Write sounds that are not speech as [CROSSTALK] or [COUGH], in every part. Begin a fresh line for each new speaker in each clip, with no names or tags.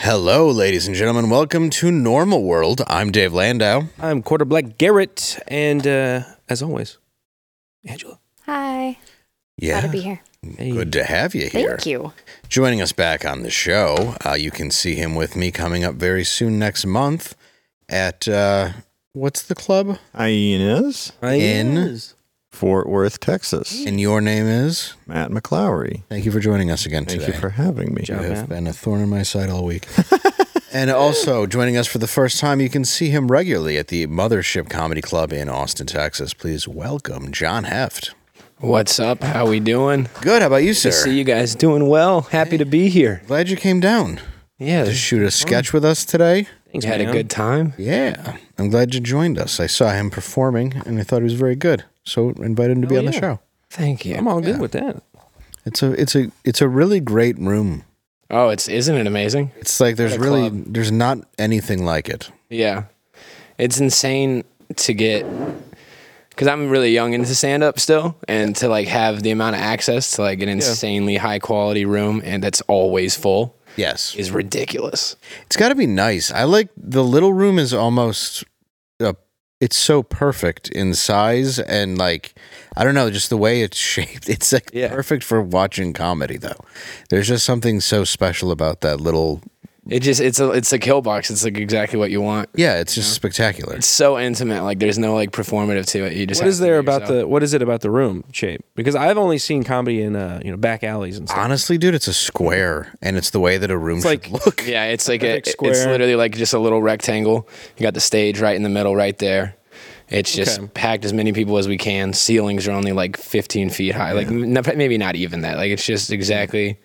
Hello, ladies and gentlemen. Welcome to Normal World. I'm Dave Landau.
I'm Quarter Black Garrett, and uh, as always, Angela.
Hi. Glad to be here.
Hey.
Good to have you here.
Thank you.
Joining us back on the show, uh, you can see him with me coming up very soon next month at uh, what's the club?
Hyenas,
Hi,
In.
yes.
Fort Worth, Texas.
And your name is?
Matt McLowry.
Thank you for joining us again
Thank
today.
you for having me.
Job.
You
Yeah,
have
man.
been a thorn in my side all
[LAUGHS]
week. and also joining us for the first time, you can see him regularly at the Mothership Comedy Club in Austin, Texas. Please welcome John Heft.
What's up? How we doing?
Good. How about you,
Good to see
sir?
you guys. Doing well. Happy to be here.
Glad you came down
Yeah,
to shoot
Oh.
a sketch with us today.
thanks,
had
man.
a good time.
Yeah, I'm glad you joined us. I saw him performing, and I thought he was very good. So invited him to be on the
yeah.
show.
Thank
I'm
you.
all good with that.
It's a it's a it's a really great room.
Oh, it's isn't it amazing?
It's like there's
At a
really
club.
there's not anything like it.
Yeah, it's insane to get because I'm really young into stand up still, and to like have the amount of access to like an insanely high quality room and that's always full
Yes,
is ridiculous.
it's got to be nice. I like the little room is almost uh it's so perfect in size and like I don't know, just the way it's [LAUGHS] shaped. It's like
Yeah.
perfect for watching comedy though. There's just something so special about that little.
It just it's a it's a kill box. It's like exactly what you want.
Yeah, it's just spectacular.
It's so intimate. Like there's no like performative to it. You just
What
have
is
to
there
be
about
yourself.
the what is it about the room shape? Because I've only seen comedy in uh, you know back alleys and stuff.
Honestly, dude, it's a square, and it's the way that a room
It's
should
like-
look. [LAUGHS]
yeah? It's like a,
Perfect
it's
square.
literally like just a little rectangle. You got the stage right in the middle, right there. It's just
Okay.
packed as many people as we can. Ceilings are only like 15 feet high. Like m- not, maybe not even that. Like it's just exactly.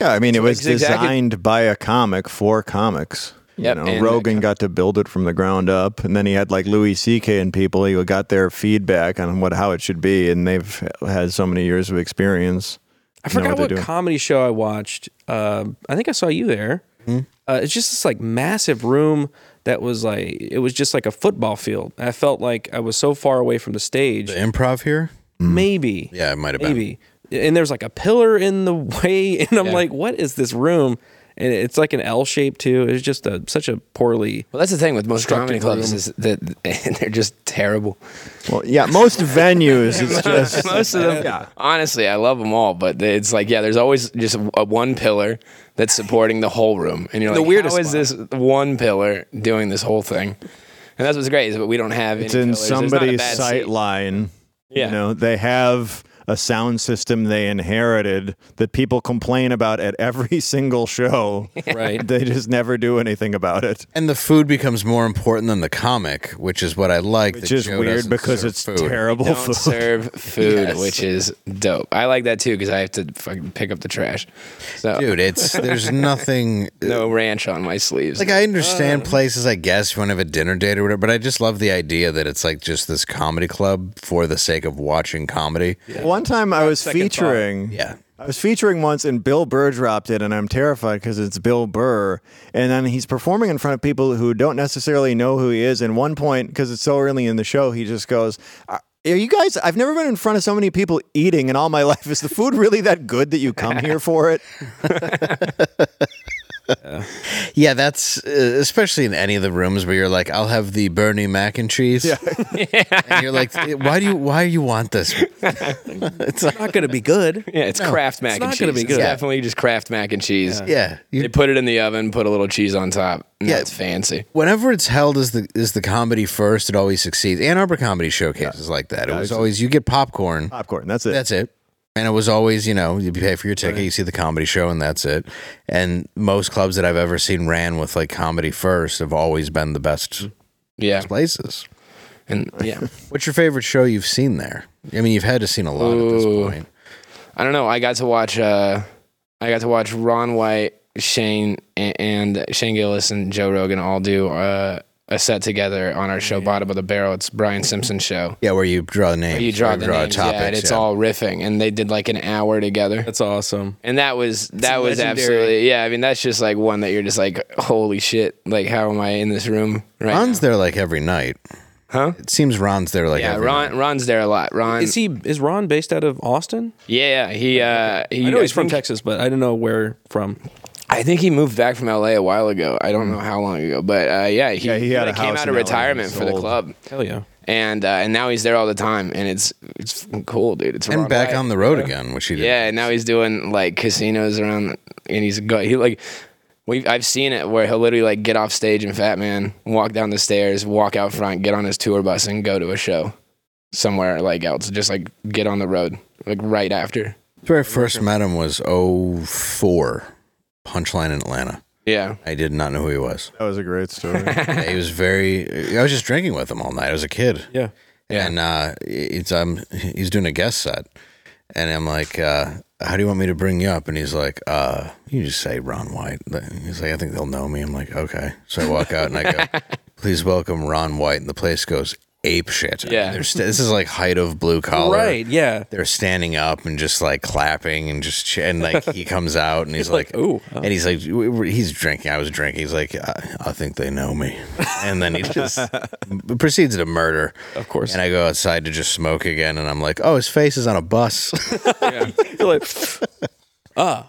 Yeah, I mean, it was
exactly-
designed by a comic for comics.
Yep,
you
and
know,
that
Rogan got to build it from the ground up, and then he had like Louis C.K. and people who got their feedback on what how it should be, and they've had so many years of experience.
I
know
forgot
what
what,
they do.
comedy show I watched. Um, I think I saw you there.
Hmm?
Uh, it's just this like massive room that was like it was just like a football field. I felt like I was so far away from the stage.
The improv here,
Maybe.
Mm-hmm. yeah, it might have been.
Maybe. And there's like a pillar in the [LAUGHS] way, and I'm like, what is this room? And it's like an L shape too. It's just a such a poorly.
Well, that's the thing with most comedy
Structured
clubs
room.
is that [LAUGHS] they're just terrible.
Well, yeah, most venues, it's just
Most of [LAUGHS] them.
Yeah.
Honestly, I love them all, but it's like yeah, there's always just a, a one pillar that's supporting the whole room, and you're
The
like,
weirdest
how is this one pillar doing this whole thing? And that's what's great is that we don't have
it's
any
in
pillars. There's not a
somebody's
bad
sight
seat.
line.
Yeah.
You know, they have a sound system they inherited that people complain about at every [LAUGHS] single show.
Right.
they just never do anything about it.
And the food becomes more important than the comic, which is what I like.
Which
that
is
Joe
weird
doesn't
because
serve
it's
food.
terrible
don't
food.
serve food, which is dope. I like that too because I have to fucking pick up the trash. So
dude. It's
[LAUGHS]
there's nothing.
no ranch on my sleeves.
Like I
Uh.
understand places, I guess, if you want to have a dinner date or whatever. But I just love the idea that it's like just this comedy club for the sake of watching comedy.
One time I was featuring.
Yeah.
I was featuring once and Bill Burr dropped it, and I'm terrified because it's Bill Burr. And then he's performing in front of people who don't necessarily know who he is. And one point, because it's so early in the show, he just goes, Are are you guys, I've never been in front of so many people eating in all my [LAUGHS] life. Is the food really that good that you come here
[LAUGHS]
for it?
Yeah, that's uh, especially in any of the rooms where you're like, I'll have the Bernie mac and cheese. Yeah. and you're like, why do you why do you want this? [LAUGHS] it's like,
Not going to
[LAUGHS]
be good.
yeah, it's Kraft mac and
not
cheese.
gonna be
It's
good.
definitely just Kraft mac and cheese.
yeah, you
They put it in the oven, put a little cheese on top. And
Yeah.
yeah, it's fancy.
whenever it's held as the is the comedy first, it always succeeds. Ann Arbor Comedy Showcase is like that. It was always you get popcorn,
Uh,
Popcorn, that's it.
that's it. And it was always, you know, you pay for your ticket, you see the comedy show, and that's it. And most clubs that I've ever seen ran with like comedy first have always been the best
Mm-hmm. Yeah,
places.
and yeah.
What's your favorite show you've seen there? I mean, you've had to seen a lot at this
Ooh.
point.
I don't know. I got to watch. Uh, I got to watch Ron White, Shane, a- and Shane Gillis and Joe Rogan all do uh, a set together on our show Bottom of the Barrel. It's Brian Simpson's show.
Yeah, where you draw names,
You draw
where
the names, yeah, and
topics,
it's all riffing, and they did like an hour together.
That's awesome.
And that was that was
legendary.
absolutely yeah. I mean, that's just like one that you're just like, holy shit! Like, how am I in this room right
Ron's there like every night.
Huh?
It seems Ron's there like
now? Yeah,
every
Ron.
night.
Ron's there a lot. Ron.
Is he is Ron based out of Austin?
yeah, he. Uh, he
I know he's from
think-
Texas, but I don't know where from.
I think he moved back from LA a while ago. I don't know how long ago, but uh, yeah, he,
Yeah, he had
uh,
a
came
house
out
in
of
LA.
retirement
He's
for the
old.
club,
Hell yeah.
and uh, and now he's there all the time, and it's it's fucking cool, dude. It's
and
Ron
back
White.
on the road again, which he did.
Yeah, and now he's doing like casinos around, and he's go he like we I've seen it where he'll literally like get off stage in Fat Man, walk down the stairs, walk out front, get on his tour bus, and go to a show somewhere like else. Just like get on the road like right after.
That's where I first met him was 04, Punchline in Atlanta.
Yeah,
I did not know who he was.
That was a great story.
Yeah, he was very. I was just drinking with him all night. I was a kid.
Yeah.
Yeah.
And uh, it's um he's doing a guest set, and I'm like, uh, how do you want me to bring you up? And he's like, uh, you just say Ron White. And He's like, I think they'll know me. I'm like, okay. So I walk out and I go, please welcome Ron White, and the place goes ape shit.
Yeah.
this is like height of blue collar [LAUGHS]
Right. Yeah.
they're standing up and just like clapping and just ch- and like
[LAUGHS]
he comes out and he's like,
like, "Ooh." oh."
and he's like we- we- he's drinking I was drinking he's like I, I think they know me and then
[LAUGHS]
he just b- proceeds to murder
Of course.
and I go outside to just smoke again and I'm like oh his face is on a bus
You're like,
yeah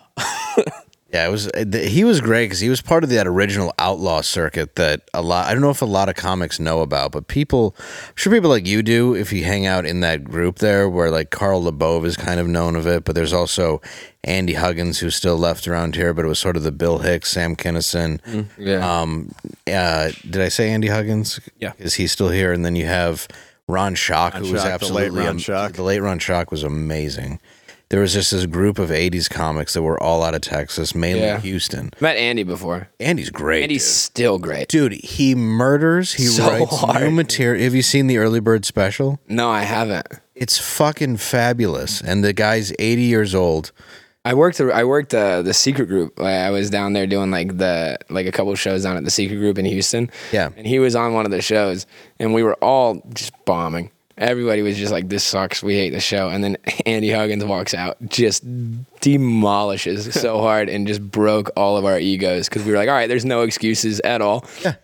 it was uh, th- he was great because he was part of that original outlaw circuit that a lot I don't know if a lot of comics know about but people I'm sure people like you do if you hang out in that group there where like Carl LeBove is kind of known of it but there's also Andy Huggins who's still left around here but it was sort of the Bill Hicks Sam Kinison
yeah.
um uh did I say Andy Huggins
Yeah.
is he still here and then you have Ron Shock who was
Schock, the late
absolutely
Ron Schock.
the late Ron Shock was amazing there was just this group of 80s comics that were all out of Texas mainly
Yeah.
Houston
Met Andy before.
Andy's great
Andy's still great.
dude he murders he
So
writes new
hard.
material have you seen the early bird special
No, I haven't.
it's fucking fabulous and the guy's 80 years old
I worked. I worked uh, the secret group. I I was down there doing like the like a couple shows down at the secret group in Houston.
Yeah.
and he was on one of the shows, and we were all just bombing. Everybody was just like, "This sucks. We hate the show." And then [LAUGHS] Andy Huggins walks out, just demolishes [LAUGHS] so hard, and just broke all of our egos because we were like, "All right, there's no excuses at all." Yeah.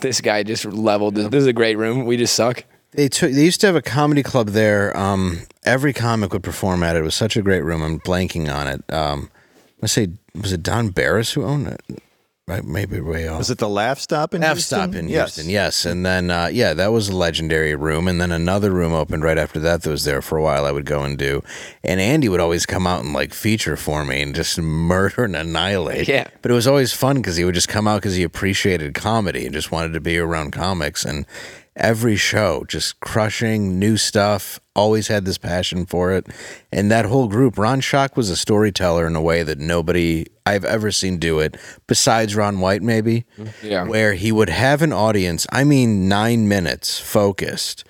This guy just leveled. This, this is a great room. We just suck.
they took they used to have a comedy club there um every comic would perform at it it was such a great room i'm blanking on it um i say was it don barris who owned it right maybe way off
[LAUGHS] Was it the Laugh Stop in
F
Houston?
stop in
Yes.
Houston, yes. And then, uh, yeah, that was a legendary room. And then another room opened right after that that was there for a while. I would go and do, and Andy would always come out and like feature for me and just [LAUGHS] murder and annihilate.
Yeah.
But it was always fun because he would just come out because he appreciated comedy and just wanted to be around comics. And every show, just crushing new stuff. Always had this passion for it. And that whole group, Ron Schock was a storyteller in a way that nobody I've ever seen do it, besides Ron White, maybe
Yeah.
where he would have an audience, I mean, nine minutes focused,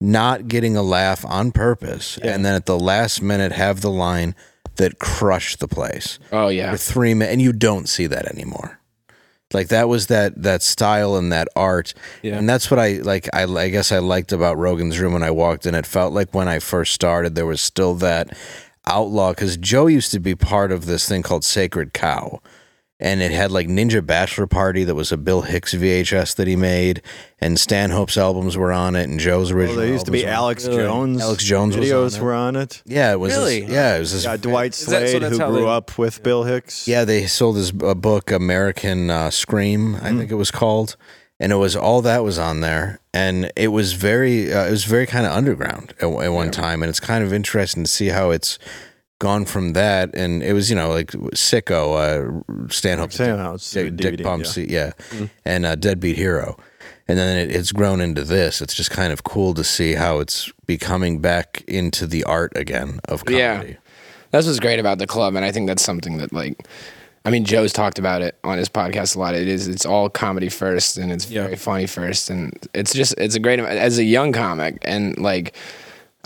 not getting a laugh on purpose, and then at the last minute have the line that crushed the place
Oh yeah.
for three minutes, and you don't see that anymore. Like that was that that style and that art,
Yeah.
and that's what I like. I, I guess I liked about Rogan's room when I walked in. It felt like when I first started, there was still that outlaw because Joe used to be part of this thing called Sacred Cow, and it had like Ninja Bachelor Party that was a Bill Hicks VHS that he made, and Stanhope's albums were on it, and Joe's
Well,
original.
there used to be
albums were-
Alex Jones.
Alex Jones was
videos
on
were on it.
Yeah, it was. this-
Really?
yeah, it was. This
Yeah, Dwight
that- so
Slade,
that's
who
how
grew
they-
up with Bill Hicks.
Yeah, they sold his a book, American uh, Scream, I think it was called, and it was all that was on there, and it was very, uh, it was very kind of underground at, at one time, and it's kind of interesting to see how it's gone from that, and it was you know like Sicko, uh, Stanhope,
Stanhope's
Dick,
DVD,
Dick Bumps,
yeah.
yeah, and uh, Deadbeat Hero. And then it, it's grown into this. It's just kind of cool to see how it's becoming back into the art again of comedy.
Yeah. That's what's great about the club, and I think that's something that like, I mean, Joe's talked about it on his podcast a lot. It is, it's all comedy first, and it's
Yeah.
very funny first, and it's just, it's a great as a young comic, and like,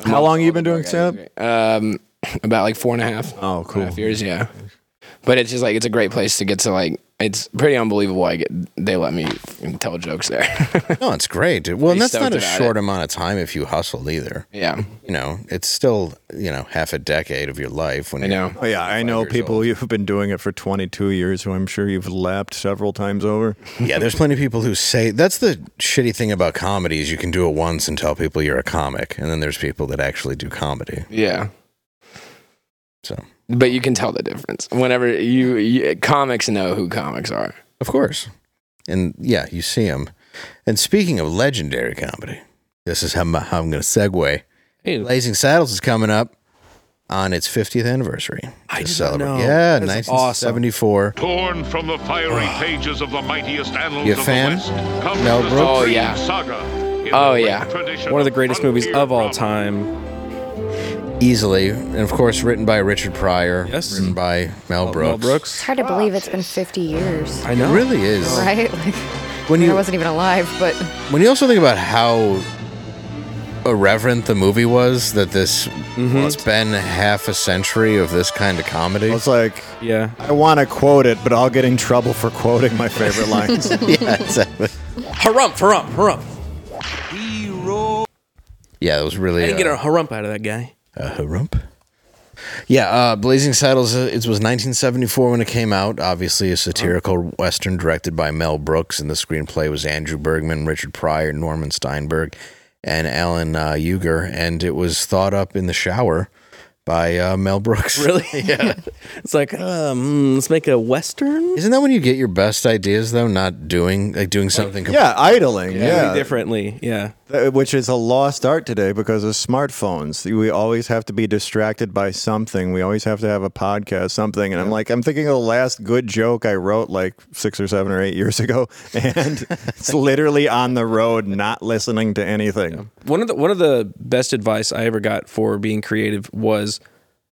How long you been doing stand up?
um, about like four and a half.
Oh,
four and a
cool.
half years, yeah. But it's just like it's a great place to get to like. It's pretty unbelievable. I get they let me tell jokes there. [LAUGHS]
No, it's great. dude. Well, and that's
Pretty
not a
stoked about
short
it.
amount of time if you hustled either.
yeah,
You know, it's still you know half a decade of your life when
I
you're-
know.
Oh, yeah, I know
years
people who've been doing it for 22 years who I'm sure you've lapped several times over.
[LAUGHS] Yeah, there's plenty of people who say that's the shitty thing about comedy is you can do it once and tell people you're a comic, and then there's people that actually do comedy.
Yeah.
So
but you can tell the difference whenever you, you comics know who comics are.
Of course. And yeah, you see him. And speaking of legendary comedy, this is how, my, how I'm going to segue.
Hey,
Blazing Saddles is coming up on its 50th anniversary.
I
to
did not
celebrate.
know.
Yeah,
That's awesome.
1974.
Torn from the fiery pages of the mightiest annals
You a
of
fan?
the West comes
Mel
the
Brooks?
Oh,
supreme
yeah.
saga. in
Oh,
the
yeah.
great tradition
one of the greatest movies
frontier
of all
drama.
time.
Easily. And of course, written by Richard Pryor.
Yes.
Written by Mel Brooks.
Mel Brooks.
It's hard to believe it's been 50 years, [LAUGHS]
I know.
It really is.
right? Like,
When
I
you
wasn't even alive, but
when you also think about how irreverent the movie was, that this
Mm-hmm.
it's been half a century of this kind of comedy.
I was like,
Yeah.
I want to quote it, but I'll get in trouble for quoting my favorite lines.
yeah, exactly.
Harump, harump, harump.
Yeah, it was really.
I didn't
uh,
get a harump out of that guy.
A harump? Yeah, uh, Blazing Saddles. uh, It was 1974 when it came out. Obviously, a satirical
Mm-hmm.
western directed by Mel Brooks, and the screenplay was Andrew Bergman, Richard Pryor, Norman Steinberg, and Alan uh, Uger. And it was thought up in the shower by uh, Mel
[LAUGHS]
Brooks.
Really? [LAUGHS] Yeah. it's like, um, let's make a western
Isn't that when you get your best ideas though? Not doing like doing something. com-
yeah, idling.
Really
Yeah,
differently. Yeah.
Th- Uh, which is a lost art today because of smartphones. We always have to be distracted by something. We always have to have a podcast, something. And I'm like, I'm thinking of the last good joke I wrote like six or seven or eight years ago, [LAUGHS] and
[LAUGHS]
it's literally on the road, not listening to anything.
one of the one of the best advice I ever got for being creative was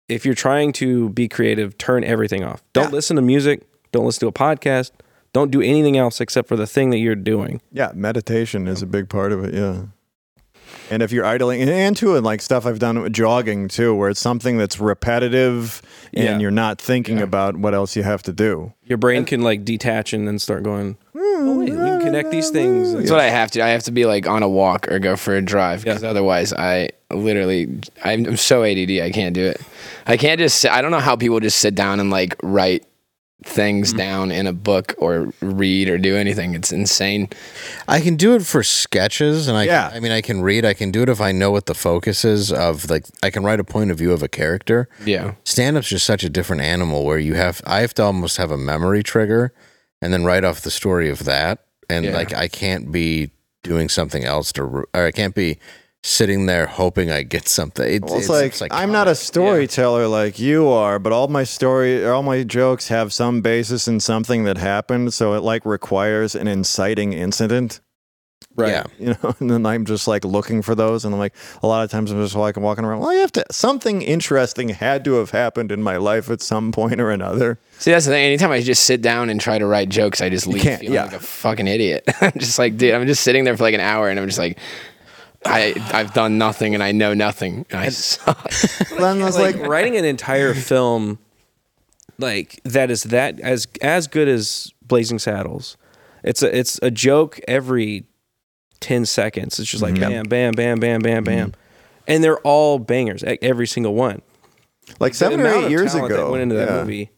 if you're trying to be creative, turn everything off. Don't listen to music, don't listen to a podcast, don't do anything else except for the thing that you're doing.
Yeah, meditation is a big part of it. Yeah. And if you're idling, and, and too, and like stuff I've done with jogging too, where it's something that's repetitive and
Yeah.
you're not thinking about what else you have to do.
Your brain can like detach and then start going, "Oh, wait, we can connect these things."
That's what I have to. I have to be like on a walk or go for a drive because otherwise, I literally, I'm, I'm so ADD. I can't do it. I can't just. Sit, I don't know how people just sit down and like write
Mm-hmm.
things down in a book or read or do anything. It's insane.
I can do it for sketches, and I
Yeah.
I mean, I can read. I can do it if I know what the focus is of. Like, I can write a point of view of a character.
Yeah.
stand up's just such a different animal where you have I have to almost have a memory trigger and then write off the story of that and
Yeah.
like I can't be doing something else to or I can't be sitting there hoping I get something. It-
Well, it's, like, I'm not a storyteller like you are, but all my story, all my jokes have some basis in something that happened, so it like requires an inciting incident,
right. Yeah.
you know. [LAUGHS] And then I'm just like looking for those, and I'm like, a lot of times I'm just like walking around. Well, you have to something interesting had to have happened in my life at some point or another.
See, that's the thing. Anytime I just sit down and try to write jokes, I just leave
can't,
feeling
yeah.
like a fucking idiot. [LAUGHS] I'm just like, dude, I'm just sitting there for like an hour and I'm just like, I I've done nothing and I know nothing. And I suck. [LAUGHS]
then I was like,
like writing an entire film like that is that as as good as Blazing Saddles. It's a it's a joke every ten seconds. It's just like
Mm-hmm.
bam, bam, bam, bam, bam, bam, and they're all bangers. e- Every single one.
like
The
seven or
amount
eight
of
years
talent that
ago,
went into that
yeah.
movie.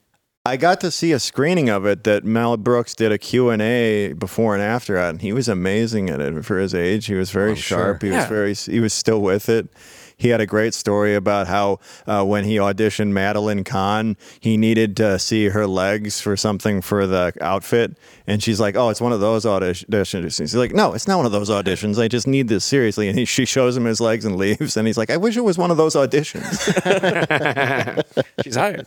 I got to see a screening of it that Mel Brooks did a Q&A before and after at, and he was amazing at it for his age. He was very sharp. He was
Yeah.
very he was still with it. He had a great story about how uh, when he auditioned Madeline Kahn, he needed to see her legs for something for the outfit. And she's like, Oh, it's one of those audi- auditions. He's like, No, it's not one of those auditions. I just need this seriously. And he, she shows him his legs and [LAUGHS] leaves. And he's like, I wish it was one of those auditions.
She's hired.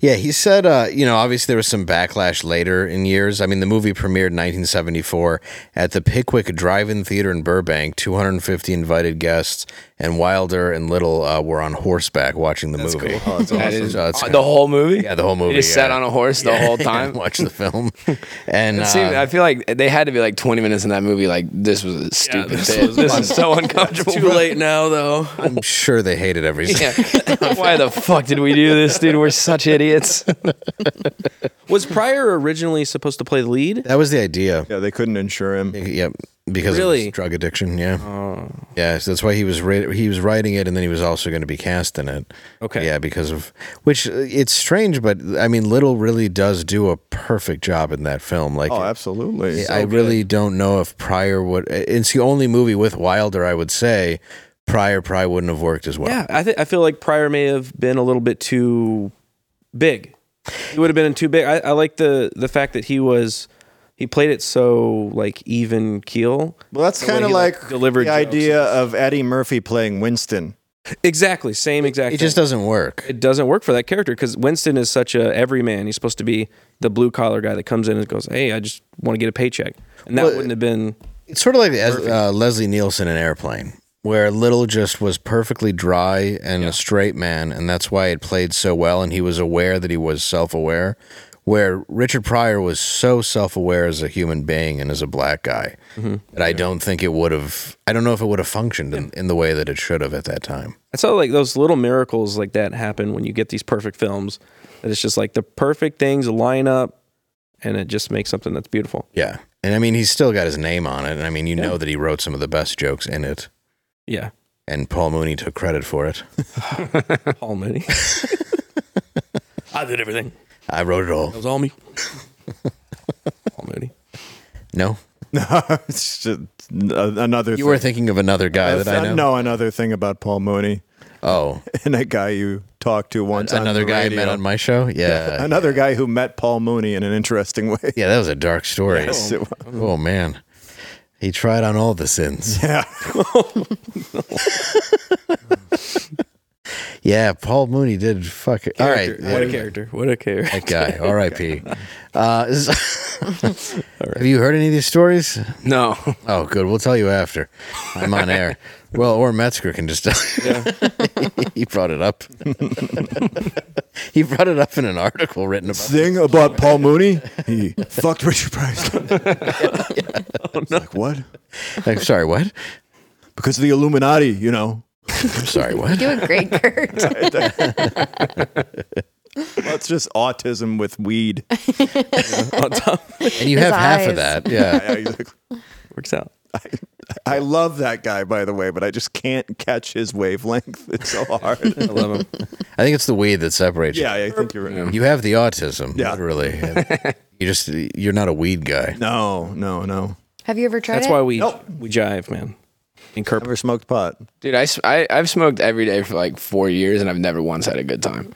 Yeah, he said, uh, you know, obviously there was some backlash later in years. I mean, the movie premiered in 1974 at the Pickwick Drive In Theater in Burbank. 250 invited guests, and Wilder and Little uh, were on horseback watching the movie.
Oh,
[LAUGHS]
That is
So it's
uh,
kind
the
of-
whole movie.
Yeah, the whole movie.
He just
yeah.
sat on a horse the
[LAUGHS]
whole time.
watch the film. [LAUGHS] And
It seemed-
uh,
I feel like they had to be like 20 minutes in that movie. Like this was a stupid.
Um, this
bit.
was-
[LAUGHS] this is so uncomfortable.
Too late now though.
I'm sure they hated every second.
Yeah. [LAUGHS] Why the fuck [LAUGHS] did we do this, dude? We're such idiots.
[LAUGHS] Was Pryor originally supposed to play the lead?
That was the idea.
yeah, they couldn't insure him.
Yep. Because of
Really?
his drug addiction, yeah, yeah. So that's why he was ri- he was writing it, and then he was also going to be cast in it.
Okay.
yeah, because of which uh, it's strange, but I mean, Little really does do a perfect job in that film. Like,
Oh, absolutely.
I really don't know if Pryor would. It's the only movie with Wilder, I would say, prior probably wouldn't have worked as well.
Yeah, I think I feel like Pryor may have been a little bit too big. He would have been too big. I, I like the the fact that he was he played it so like even keel.
Well, that's
The way
kind of
he,
like,
delivered
the
jokes.
idea of Eddie Murphy playing Winston. [LAUGHS]
Exactly, same exact.
It just
thing.
doesn't work.
it doesn't work for that character because Winston is such a everyman. He's supposed to be the blue collar guy that comes in and goes, "Hey, I just want to get a paycheck," and that
Well,
wouldn't have been
It's sort of like uh, Leslie Nielsen in Airplane, where Little just was perfectly dry and a straight man, and that's why it played so well. And he was aware that he was self aware, where Richard Pryor was so self aware as a human being and as a black guy that I don't think it would have. I don't know if it would have functioned in, in the way that it should have at that time.
It's all like those little miracles like that happen when you get these perfect films. That it's just like the perfect things line up, and it just makes something that's beautiful.
Yeah. And I mean, he's still got his name on it. And I mean, you know that he wrote some of the best jokes in it.
Yeah,
And Paul Mooney took credit for it.
all [LAUGHS] me. I did everything.
I wrote it all.
That was [LAUGHS] all me. all Moody.
No,
No, it's just n- another. uh,
you were thinking of another guy that I know.
No, another thing about Paul Mooney [LAUGHS]
Oh,
and a guy you talked to once. on
another
the
guy I
radio.
met on my show.
[LAUGHS]
Yeah,
Another guy who met Paul Mooney in an
[LAUGHS]
interesting way.
yeah, that was a dark story.
Yes, it was.
Oh man, he tried on all the sins.
[LAUGHS] Yeah.
Yeah, Paul Mooney did fuck it. All right,
What a [LAUGHS] character! What a character!
that guy.
[LAUGHS]
R.I.P. Uh, [LAUGHS] is- Have you heard any of these stories?
[LAUGHS] No.
Oh, good. We'll tell you after. I'm on
[LAUGHS]
air. Well, or Metzger can just tell. [LAUGHS] he brought it up. he brought it up in an article written about.
Thing about Paul Mooney, he fucked Richard
[LAUGHS]
Price. [LAUGHS] It's like, what?
I'm sorry, what?
Because of the Illuminati, you know.
I'm sorry,
[LAUGHS]
what?
You do
[LAUGHS]
a great Kurt.
That's just autism with weed.
[LAUGHS]
[LAUGHS]
On top
And you
His
have half of
eyes.
that. Yeah.
Yeah, exactly.
works out.
[LAUGHS] I love that guy, by the way, but I just can't catch his wavelength. [LAUGHS] It's so hard.
[LAUGHS] I love him.
I think it's the weed that separates
yeah, I think you're right.
you. You have the autism,
Yeah.
[LAUGHS]
literally. you just you're not a weed guy.
No, no, no.
Have you ever tried
That's
it?
why we
Nope.
we jive, man. And Kerp.
Never smoked pot.
Dude, I, s- I, have smoked every day for like four years and I've never once had a good
[LAUGHS]
time.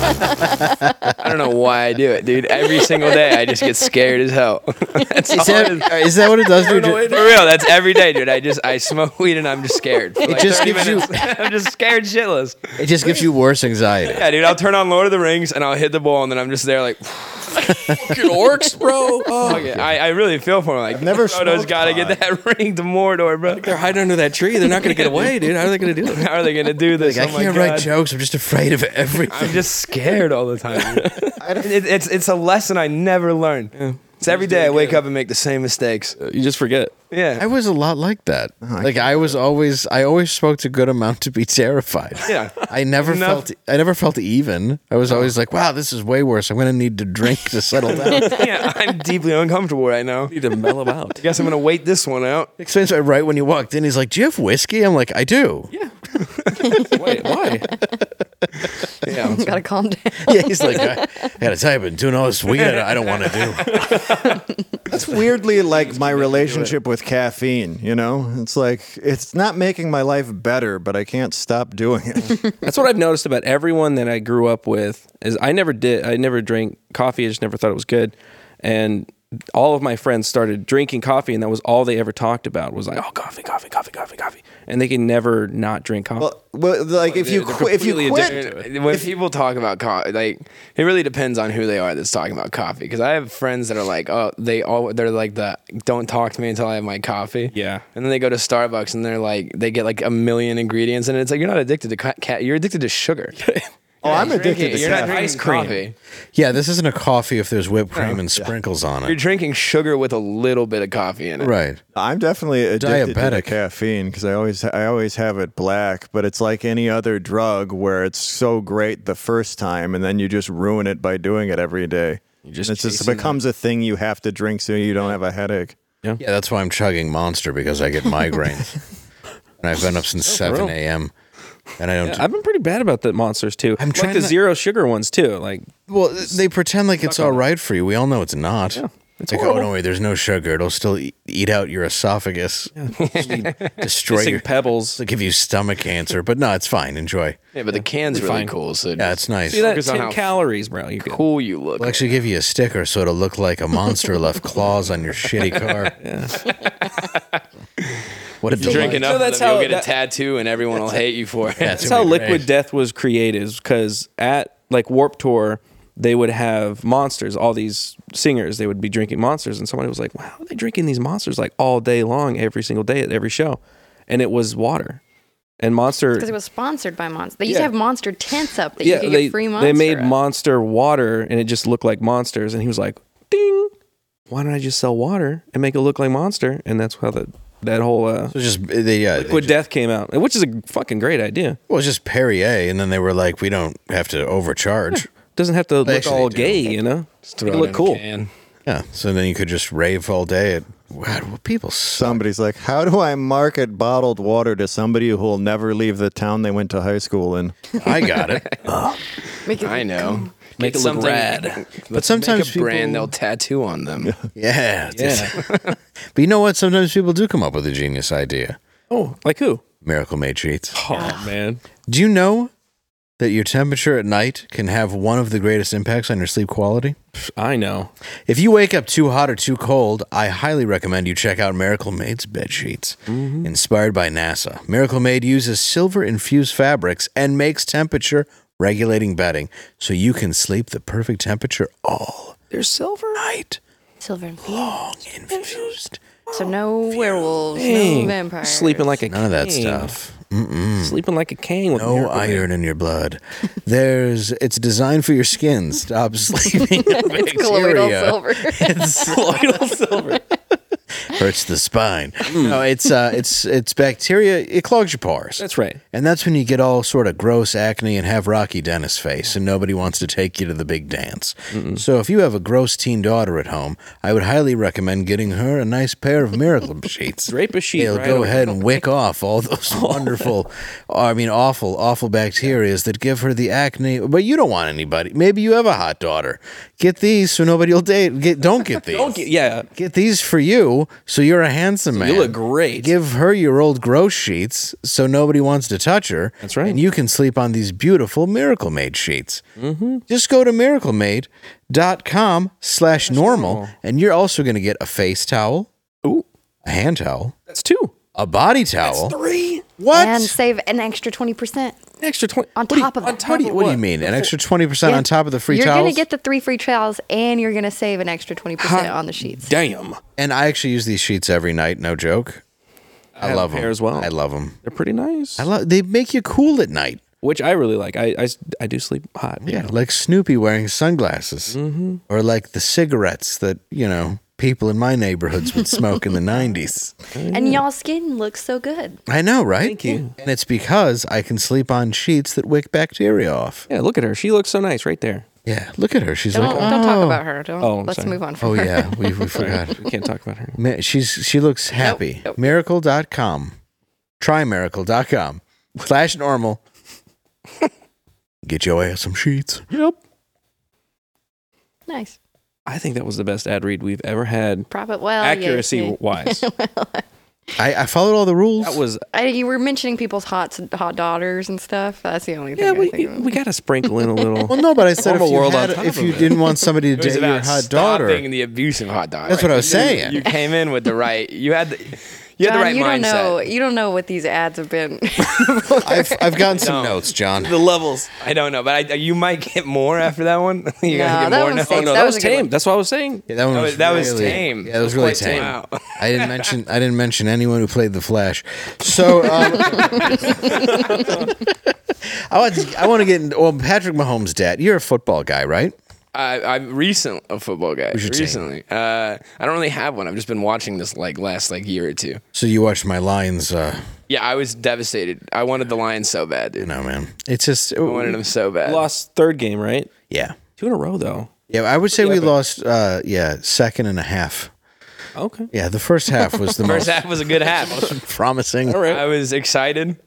I don't know why I do it, dude. Every single day I just get scared
[LAUGHS]
as hell. [LAUGHS] that's all
Is that,
it is.
is that what it does?
[LAUGHS]
to
For real, that's every day, dude. I just I smoke weed and I'm just scared. For like
just
30
gives you-
minutes. [LAUGHS] I'm just scared shitless.
It just gives you worse anxiety.
Yeah, dude. I'll turn on Lord of the Rings and I'll hit the ball and then I'm just there like fucking orcs, [LAUGHS] bro. Oh, I, I really feel for him. Like
never
Frodo's
smoked
gotta get that [LAUGHS] ring to Mordor, bro.
They're hiding under that tree. They're not going to get away, dude. How are they going to do it?
How are they gonna do this?
Like, I
[LAUGHS] Oh my
can't write
God.
jokes. I'm just afraid of everything.
I'm just scared all the
[LAUGHS]
time. it, it's it's a lesson I never learn. It's every day I wake up and make the same mistakes.
Uh, You just forget.
Yeah.
I was a lot like that.
Oh,
like I was always, I always smoked a good amount to be terrified.
[LAUGHS] Yeah.
I never
Enough-
felt, I never felt even. I was always like, wow, this is way worse. I'm gonna need to drink to settle
[LAUGHS]
down.
yeah, I'm deeply uncomfortable right
[LAUGHS]
now.
Need to mellow out.
I guess I'm gonna wait this one out.
Explains why right when you walked in, he's like, "Do you have whiskey?" I'm like, "I do." [LAUGHS] Yeah,
Wait, why?
[LAUGHS] Yeah.
[LAUGHS] Gotta calm down.
he's like, I, "I gotta tell you, I've been doing all this weed. I don't want to do."
That's weirdly like my relationship with caffeine, you know? It's like, it's not making my life better, but I can't stop doing it. [LAUGHS]
That's what I've noticed about everyone that I grew up with is I never did I never drank coffee. I just never thought it was good. And all of my friends started drinking coffee and that was all they ever talked about was like, oh coffee, coffee, coffee, coffee, coffee. And they can never not drink coffee.
well, well, like, if you,
they're
qu- if you
completely
quit,
addicted.
Dude, when people talk about coffee, like it really depends on who they are that's talking about coffee. Because I have friends that are like, oh, they all they're like the don't talk to me until I have my coffee.
Yeah.
and then they go to Starbucks and they're like, they get like a million ingredients, and it's like you're not addicted to ca- cat, you're addicted to sugar.
oh, I'm addicted to
you're not
caffeine.
drinking
Ice cream.
coffee.
Yeah, this isn't a coffee if there's whipped
Oh,
cream and sprinkles on
You're
it.
drinking sugar with a little bit of coffee in it.
Right.
I'm definitely addicted to the
Diabetic.
caffeine because I always I always have it black, but it's like any other drug where it's so great the first time and then you just ruin it by doing it every day.
just
And it's just
chasing
it becomes a thing you have to drink so you don't have a headache.
Yeah, that's why I'm chugging Monster because I get
[LAUGHS]
migraines, and I've been up
Oh,
since seven a.m. and I don't. do-
I've been pretty bad about the monsters too.
I'm
like
trying
the
to-
zero sugar ones too. Like
well, they pretend like it's all right for you. We all know it's not.
It's
Like, oh
horrible.
no, wait, there's no sugar. It'll still eat, eat out your esophagus, [LAUGHS] destroy
It's like
your.
pebbles.
It'll give you stomach cancer, but no, it's fine. Enjoy.
Yeah, but the can's really cool. So
Yeah,
just
it's nice.
See that
Focus on
ten
how
calories, bro. You cool.
cool you look.
We'll actually give you a sticker so it'll look like a monster left claws on your shitty
[LAUGHS]
car. What if
You drink enough,
So
of
that's
them,
how-
you'll get
that-
a tattoo, and everyone will hate you for it. [LAUGHS]
That's
That's how
gonna be
Liquid
great.
Death was created, is because at like Warp Tour, they would have monsters. All these singers, they would be drinking monsters, and somebody was like, "Wow, are they drinking these monsters like all day long, every single day at every show," and it was water. And monster
Because it was sponsored by Monster. They used
Yeah.
to have Monster tents up that you could
they,
get free Monster.
they made
at.
monster water and it just looked like monsters and he was like ding why don't i just sell water and make it look like monster and that's how the that whole uh
It was just they, yeah, they
liquid
just-
death came out which is a fucking great idea
well, it was just Perrier, and then they were like, "We don't have to overcharge."
doesn't have to look
actually
all
do.
gay you know
Just
Make
throw
it
it
look
in a
cool [LAUGHS]
can.
yeah, so then you could just rave all day. At, God, well, people suck.
Somebody's like, how do I market bottled water to somebody who will never leave the town they went to high school in?
I got it,
Make
[LAUGHS]
it
I know.
Make it look
something-
rad.
but
Make a
sometimes people-
brand they'll tattoo
[LAUGHS]
on them.
yeah, but you know what? Sometimes people do come up with a genius idea.
oh like who
Miracle Made Treats.
oh man
Do you know that your temperature at night can have one of the greatest impacts on your sleep quality?
i know
If you wake up too hot or too cold, I highly recommend you check out Miracle Maid's bed sheets, inspired by NASA. Miracle Maid uses silver-infused fabrics and makes temperature regulating bedding so you can sleep the perfect temperature all
there's silver
night
silver. and pink.
long infused.
So no werewolves,
Dang.
no vampires.
sleeping like a
None of that
king.
stuff. Hmm.
sleeping like a king with
No
Miracle Whip. [LAUGHS]
iron in your [LAUGHS] blood. There's it's designed for your skin. [LAUGHS] Stop sleeping. it's
colloidal silver.
[LAUGHS]
It's colloidal silver. Hurts the spine. No, it's uh, it's it's bacteria. It clogs your pores,
that's right
and that's when you get all sort of gross acne and have Rocky Dennis face, and nobody wants to take you to the big dance. So if you have a gross teen daughter at home, I would highly recommend getting her a nice pair of
[LAUGHS]
Miracle sheets.
drape a sheet
It'll
right
go
over-
ahead and wick off all
[LAUGHS]
those wonderful, I mean, awful, awful bacterias that give her the acne. But you don't want anybody. Maybe you have a hot daughter. Get these so nobody will date. Get don't get these.
[LAUGHS] Don't get- yeah
Get these for you so you're a handsome man.
you look great.
Give her your old gross sheets so nobody wants to touch her.
That's right.
And you can sleep on these beautiful Miracle Made sheets. Mm-hmm. Just go to miraclemade.com slash normal and you're also going to get a face towel,
Ooh,
a hand towel,
that's two
a body towel.
three
What?
and save an extra twenty percent.
An extra 20
On
what do you-
top of
on
that.
top
what do you,
of
what do you mean? An extra 20% on top of the free
You're
towels?
gonna get the three free towels, and you're gonna save an extra twenty percent on the sheets.
damn
and I actually use these sheets every night, no joke. I,
have
love
a
them.
pair as well.
I love them.
they're pretty nice
I love they make you cool at night.
which i really like i i, s- I do sleep hot you
Yeah,
know.
like Snoopy wearing sunglasses, or like the cigarettes that you know people in my neighborhoods would smoke in the [LAUGHS] '90s.
And y'all skin looks so good.
I know, right?
Thank you.
And it's because I can sleep on sheets that wick bacteria off.
yeah look at her she looks so nice right there
Yeah, look at her. She's
Don't,
like, oh,
don't talk about her. Don't.
Oh, I'm
let's
sorry.
move on from
oh
her.
yeah, we, we forgot.
we can't talk about her
Ma- She's she looks happy.
Nope, nope.
Miracle.com. Try miracle.com. Slash
[LAUGHS]
normal. Get your ass some sheets.
yep
[LAUGHS] Nice.
i think that was the best ad read we've ever had
Profit. Well, yeah,
accuracy
yeah.
[LAUGHS]
wise
I, I followed all the rules.
that was
I, you were mentioning people's hot hot daughters and stuff. That's the only thing.
yeah
I
we,
think of.
we gotta sprinkle [LAUGHS] in a little
well, no, but I said if
Normal
you,
world
had-
on top
if
of
you
it.
didn't want somebody to
It was
date
about
your hot
stopping
daughter,
the abuse of hot daughter.
That's what I was
You-
saying.
You came in with the right. You had the. You had
John,
the right
you don't
mindset.
know. You don't know what these ads have been.
[LAUGHS]
[LAUGHS]
I've, I've gotten some [LAUGHS]
No.
notes, John.
The levels. I don't know, but I, you might get more after that one. [LAUGHS]
No,
You're gonna
that
get more
one
now. [LAUGHS]
stinks.
no,
That
that
was
was
a good
tame
one.
that's what i was saying
Yeah, that one
That
was,
was- that was
really-
tame.
Yeah, that was
That's
really
quite
tame.
tame. Wow.
I
[LAUGHS]
didn't mention I didn't mention anyone who played the Flash. So [LAUGHS] um, I want to, I want to get into, well Patrick Mahomes' dad. You're a football guy, right?
I, I'm recent a football guy.
your team?
Recently, uh, I don't really have one. I've just been watching this like last like year or two.
So you watched my Lions. Uh,
Yeah, I was devastated. I wanted the Lions so bad, dude.
no man, it's just
I wanted them so bad. [LAUGHS]
lost third game right
yeah,
two in a row though
yeah. I would say we lost. Uh, yeah, second and a half.
okay
Yeah, the first half was the
[LAUGHS] First
most
[LAUGHS]
half was a good half.
promising.
all right
I was excited.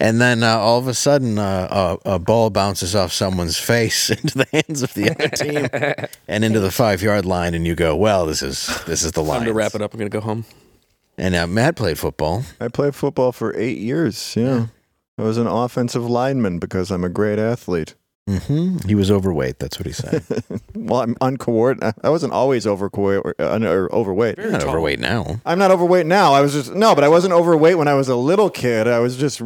And then uh, all of a sudden, uh, a, a ball bounces off someone's face [LAUGHS] into the hands of the other
[LAUGHS]
team and into the five yard line, and you go, "Well, this is this is the
Time
line."
to wrap it up. I'm gonna go home.
And uh, Matt played football.
I played football for eight years. Yeah. I was an offensive lineman because I'm a great athlete.
hmm He was overweight. That's what he
[LAUGHS]
said.
Well, I'm uncoordinated. I wasn't always overco- or, uh, or overweight.
You're not overweight now.
I'm not overweight now. I was just, no, but I wasn't overweight when I was a little kid. I was just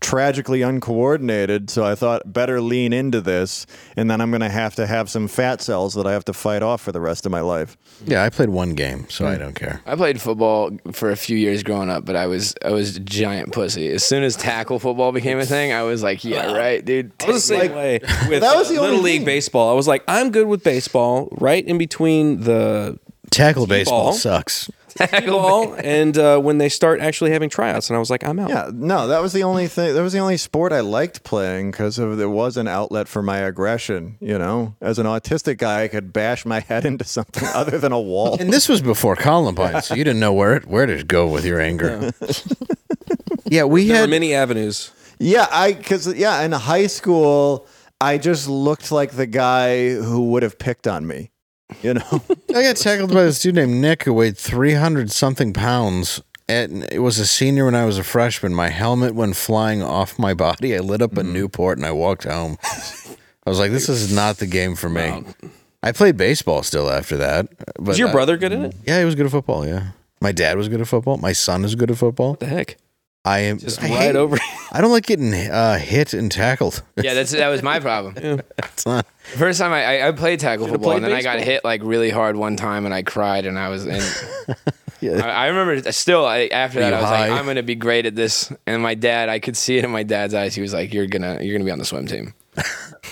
tragically uncoordinated. So I thought better lean into this. And then I'm going to have to have some fat cells that I have to fight off for the rest of my life.
Yeah, I played one game, so
Hmm.
I don't care.
I played football for a few years growing up, but I was I was a giant pussy. As soon as tackle football became a thing, I was like, yeah, right, dude.
I was the same [LAUGHS]
Like,
way with
That was the
uh, little
only
league
thing.
baseball. I was like, I'm good with baseball, right in between [LAUGHS] the
Tackle baseball
T-ball.
sucks.
[LAUGHS] ball and uh, when they start actually having tryouts. And I was like, I'm out.
Yeah, no, that was the only thing. That was the only sport I liked playing because it was an outlet for my aggression. You know, as an autistic guy, I could bash my [LAUGHS] head into something other than a wall.
And this was before Columbine, so you didn't know where it, where to go with your anger. [LAUGHS] yeah, we
There were
had
many avenues.
Yeah, I because yeah, in high school, I just looked like the guy who would have picked on me. You know, [LAUGHS]
I got tackled by this dude named Nick who weighed 300 something pounds. And it was a senior when I was a freshman. My helmet went flying off my body. I lit up
Mm-hmm.
a Newport and I walked home. I was like, this is not the game for me. I played baseball still after that. But
Was your
I-
brother good at it? What
yeah, he was good at football. Yeah. My dad was good at football. My son is good at football.
the heck?
I am
Just
I
right
hate-
[LAUGHS] over.
I don't like getting uh, hit and tackled. [LAUGHS]
yeah, that's that was my problem.
It's not.
First time I, I, I played tackle
Should've
football,
played
and then I got
baseball.
hit like really hard one time, and I cried, and I was. And
Yeah.
I, I remember still I, after
Were
that,
you
I was
high?
like, I'm gonna be great at this. And my dad, I could see it in my dad's eyes. He was like, You're gonna you're gonna be on the swim team.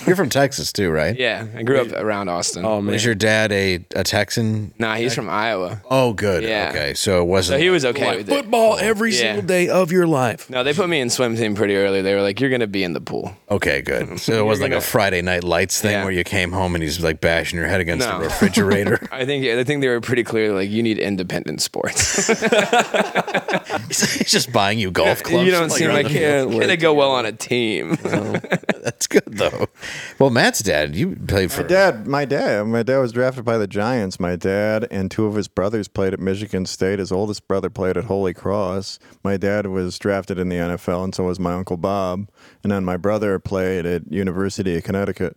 You're from Texas too, right?
Yeah, I grew up around Austin.
Oh man.
Was your dad a, a Texan?
Nah, he's from Iowa,
Oh, good.
Yeah.
Okay. So it wasn't.
so he was okay
Like
with it.
football every
Yeah.
single day of your life.
No, they put me in swim team pretty early. They were like, "You're gonna be in the pool."
Okay, good.
[LAUGHS]
So it wasn't like a Friday Night Lights thing
Yeah.
where you came home and he's like bashing your head against
No.
the
[LAUGHS]
refrigerator. [LAUGHS]
I think I think they were pretty clear. Like, you need independent sports.
he's just buying you golf clubs.
you don't
while
seem
you're on
like
the
you're
field.
gonna go well on a team.
field. That's good though. Well, Matt's dad, you played for.
dad, my dad, my dad was drafted by the Giants. My dad and two of his brothers played at Michigan State. His oldest brother played at Holy Cross. My dad was drafted in the NFL, and so was my uncle Bob. And then my brother played at University of Connecticut.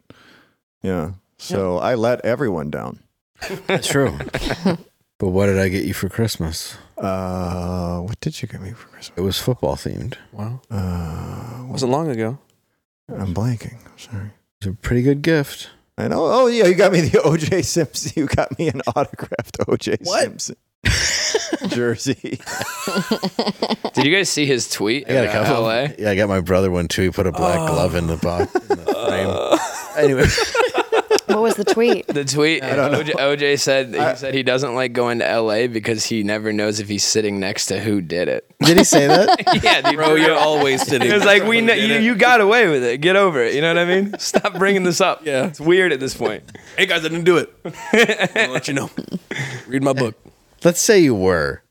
Yeah, so I let everyone down.
That's
[LAUGHS]
true. but what did I get you for Christmas?
Uh, what did you get me for Christmas?
It was football themed.
Wow.
Uh,
Wasn't long ago.
I'm blanking. I'm sorry.
It was a pretty good gift.
I know. Oh yeah, you got me the [LAUGHS] OJ Simpson. You got me an autographed OJ
What?
Simpson jersey.
Did you guys see his tweet?
I got a
about
couple.
LA?
[LAUGHS] Yeah, I got my brother one too. He put a black glove in the box. In the frame.
[LAUGHS]
Anyway,
What was the tweet?
The tweet. OJ, OJ said he said he doesn't like going to LA because he never knows if he's sitting next to who did it.
did he say
[LAUGHS]
that?
yeah, dude, bro,
You're always sitting.
It was like we know, you, you got away with it. Get over it. You know what I mean? Stop bringing this up.
Yeah.
it's weird at this point.
hey guys, I didn't do it. I'll let you know. Read my book.
Let's say you were.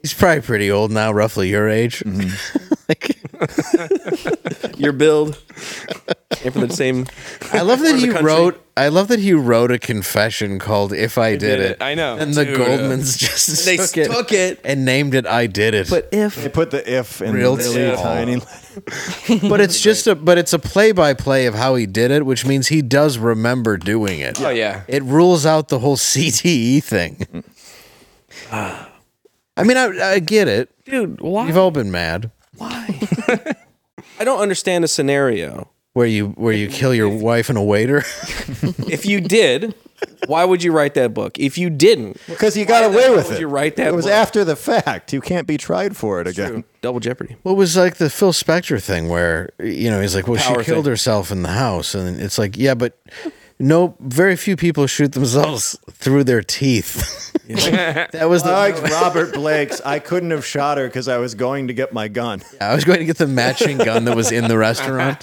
He's probably pretty old now, roughly your age.
Mm-hmm.
like,
Your build. And for the same.
I
[LAUGHS]
love that
the
he
country.
wrote. I love that he wrote a confession called "If I Did,
did
it.
it. I know.
and the
Dude.
Goldmans
[LAUGHS]
just
They
took, it
took it.
and named it "I Did It." But,
But if
They put the if in
Real
real really
small.
tiny. letters.
it's just a [LAUGHS] but it's a play-by-play of how he did it, which means he does remember doing it.
Oh yeah.
It rules out the whole CTE thing. I mean, I, I get it.
dude, why?
You've all been mad
Why? I don't understand a scenario.
where you where you kill
[LAUGHS]
your wife and a waiter. [LAUGHS]
If you did, why would you write that book? If you didn't,
Because you got
Why the
away
hell
with
would
it.
you write that
It was
book?
after the fact. You can't be tried for it again.
double jeopardy.
What was like the Phil Spector thing where you know he's like, well,
Power
she killed
thing.
herself in the house, and it's like, yeah, but no, very few people shoot themselves through their
[LAUGHS]
teeth. [LAUGHS] that was the.
Like Robert Blake's, I couldn't have shot her because I was going to get my gun.
I was going to get the matching gun that was in the
[LAUGHS]
restaurant.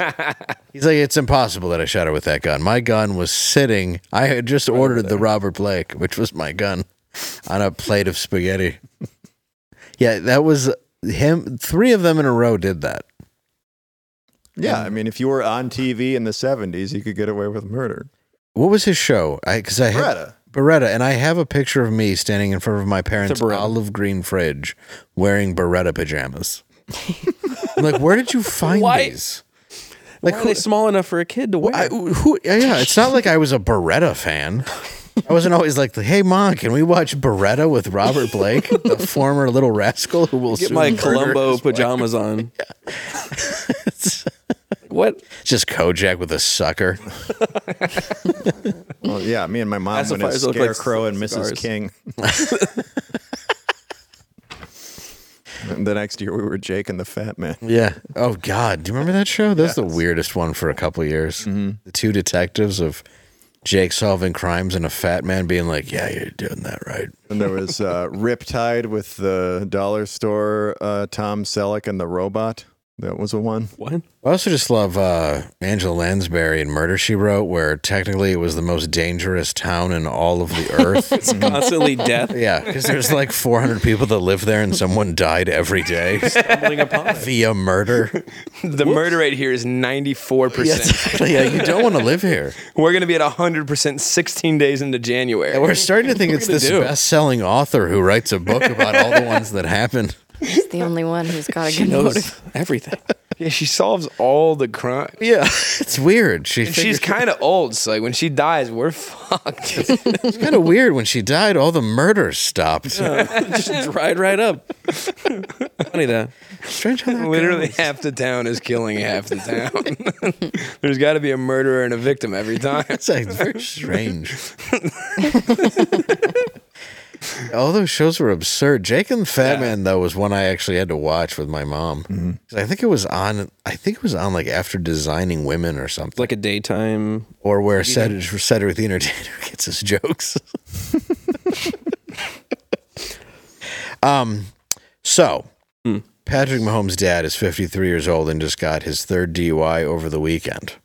He's like, it's impossible that I shot her with that gun. My gun was sitting. I had just ordered the Robert Blake, which was my gun, on a plate of [LAUGHS] spaghetti. Yeah, that was him. Three of them in a row did that.
Yeah, I mean, if you were on TV in the '70s, you could get away with murder.
What was his show? I because I had,
Beretta.
Beretta, and I have a picture of me standing in front of my parents'
Beretta.
olive green fridge wearing Beretta pajamas. [LAUGHS] I'm like, where did you find
Why-
these?
Like,
Like,
Why are
who,
they small enough for a kid to wear?
I, who? Yeah, yeah, it's not like I was a Beretta fan. I wasn't always like, "Hey, mom, can we watch Beretta with Robert Blake, the former little rascal who will
Get
soon
my
murder
Columbo
his wife?"
pajamas on. what?
Just Kojak with a sucker.
Well, yeah, me and my mom went as
Pacifiers look like
Scarecrow and Mrs.
cigars. [LAUGHS]
King. and the next year, we were Jake and the Fat Man.
Yeah. Oh God, do you remember that show? That's the weirdest one for a couple of years. The two detectives of Jake solving crimes and a fat man being like, "Yeah, you're doing that right."
And there was uh, Riptide with the dollar store uh, Tom Selleck and the robot. That was a one.
What?
I also just love uh, Angela Lansbury in Murder She Wrote, where technically it was the most dangerous town in all of the earth.
Constantly death
yeah, because there's like 400 people that live there, and someone died every day
stumbling upon it.
via murder.
The murder rate here is 94%.
yeah, you don't want to live here.
We're going to be at 100% 16 days into January.
And we're starting to think it's this best-selling author who writes a book about all the ones that happened.
He's the only one who's got
[LAUGHS]
a
She
good
knows
motive.
everything. [LAUGHS]
yeah, she solves all the crime.
Yeah, [LAUGHS] it's weird. She
And
figures-
she's kind of old, so like when she dies, we're [LAUGHS] fucked.
it's kind of weird when she died. All the murders stopped.
Just dried right up. Funny that.
Strange how that
[LAUGHS] Literally
goes.
half the town is killing half the town. [LAUGHS] There's got to be a murderer and a victim every time.
It's like very strange. [LAUGHS] All those shows were absurd. Jake and the Fat Man though was one I actually had to watch with my mom. 'Cause I think it was on. I think it was on like after designing women or something,
Like a daytime.
or where Cedric, Cedric the Entertainer [LAUGHS] gets his jokes. um, so Patrick Mahomes' dad is 53 years old and just got his third DUI over the weekend.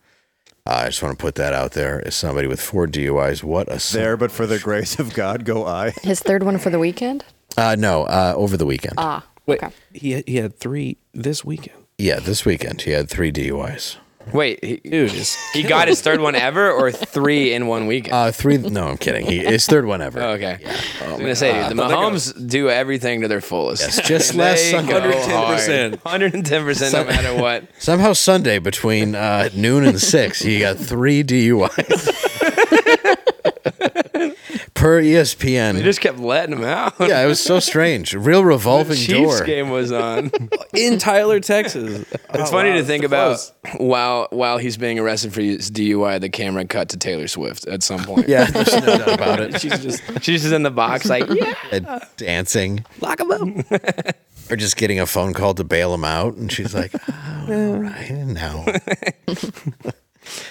Uh, I just want to put that out there as somebody with four DUIs. What a sin.
There, but for the grace of God, go I.
His third one for the weekend?
Uh, no, uh, over the weekend.
Ah.
Wait,
Okay.
he he had three this weekend.
yeah, this weekend he had three DUIs.
[LAUGHS] Wait, he,
Dude, is
he got his third one ever or three in one weekend?
Uh, three. no, I'm kidding. He his third one ever.
Oh, [LAUGHS] Uh, okay. I was gonna say, dude, the Mahomes do everything to their fullest.
Yes, just last
They
Sunday.
go
110%.
hard. 110%, no
[LAUGHS]
matter what.
Somehow Sunday between uh, noon and six, he got three DUIs. [LAUGHS] per E ESPN.
They just kept letting him out.
yeah, it was so strange. Real revolving
[LAUGHS] Chiefs
door.
game was [LAUGHS] on.
in Tyler, Texas. Oh,
It's funny to think about while while he's being arrested for his DUI, the camera cut to Taylor Swift at some point.
Yeah, there's no doubt about it.
she's just she's just in the box like yeah.
Uh, dancing. Lock him up. or just getting a phone call to bail him out. And she's like, oh, all right,
[LAUGHS]
no.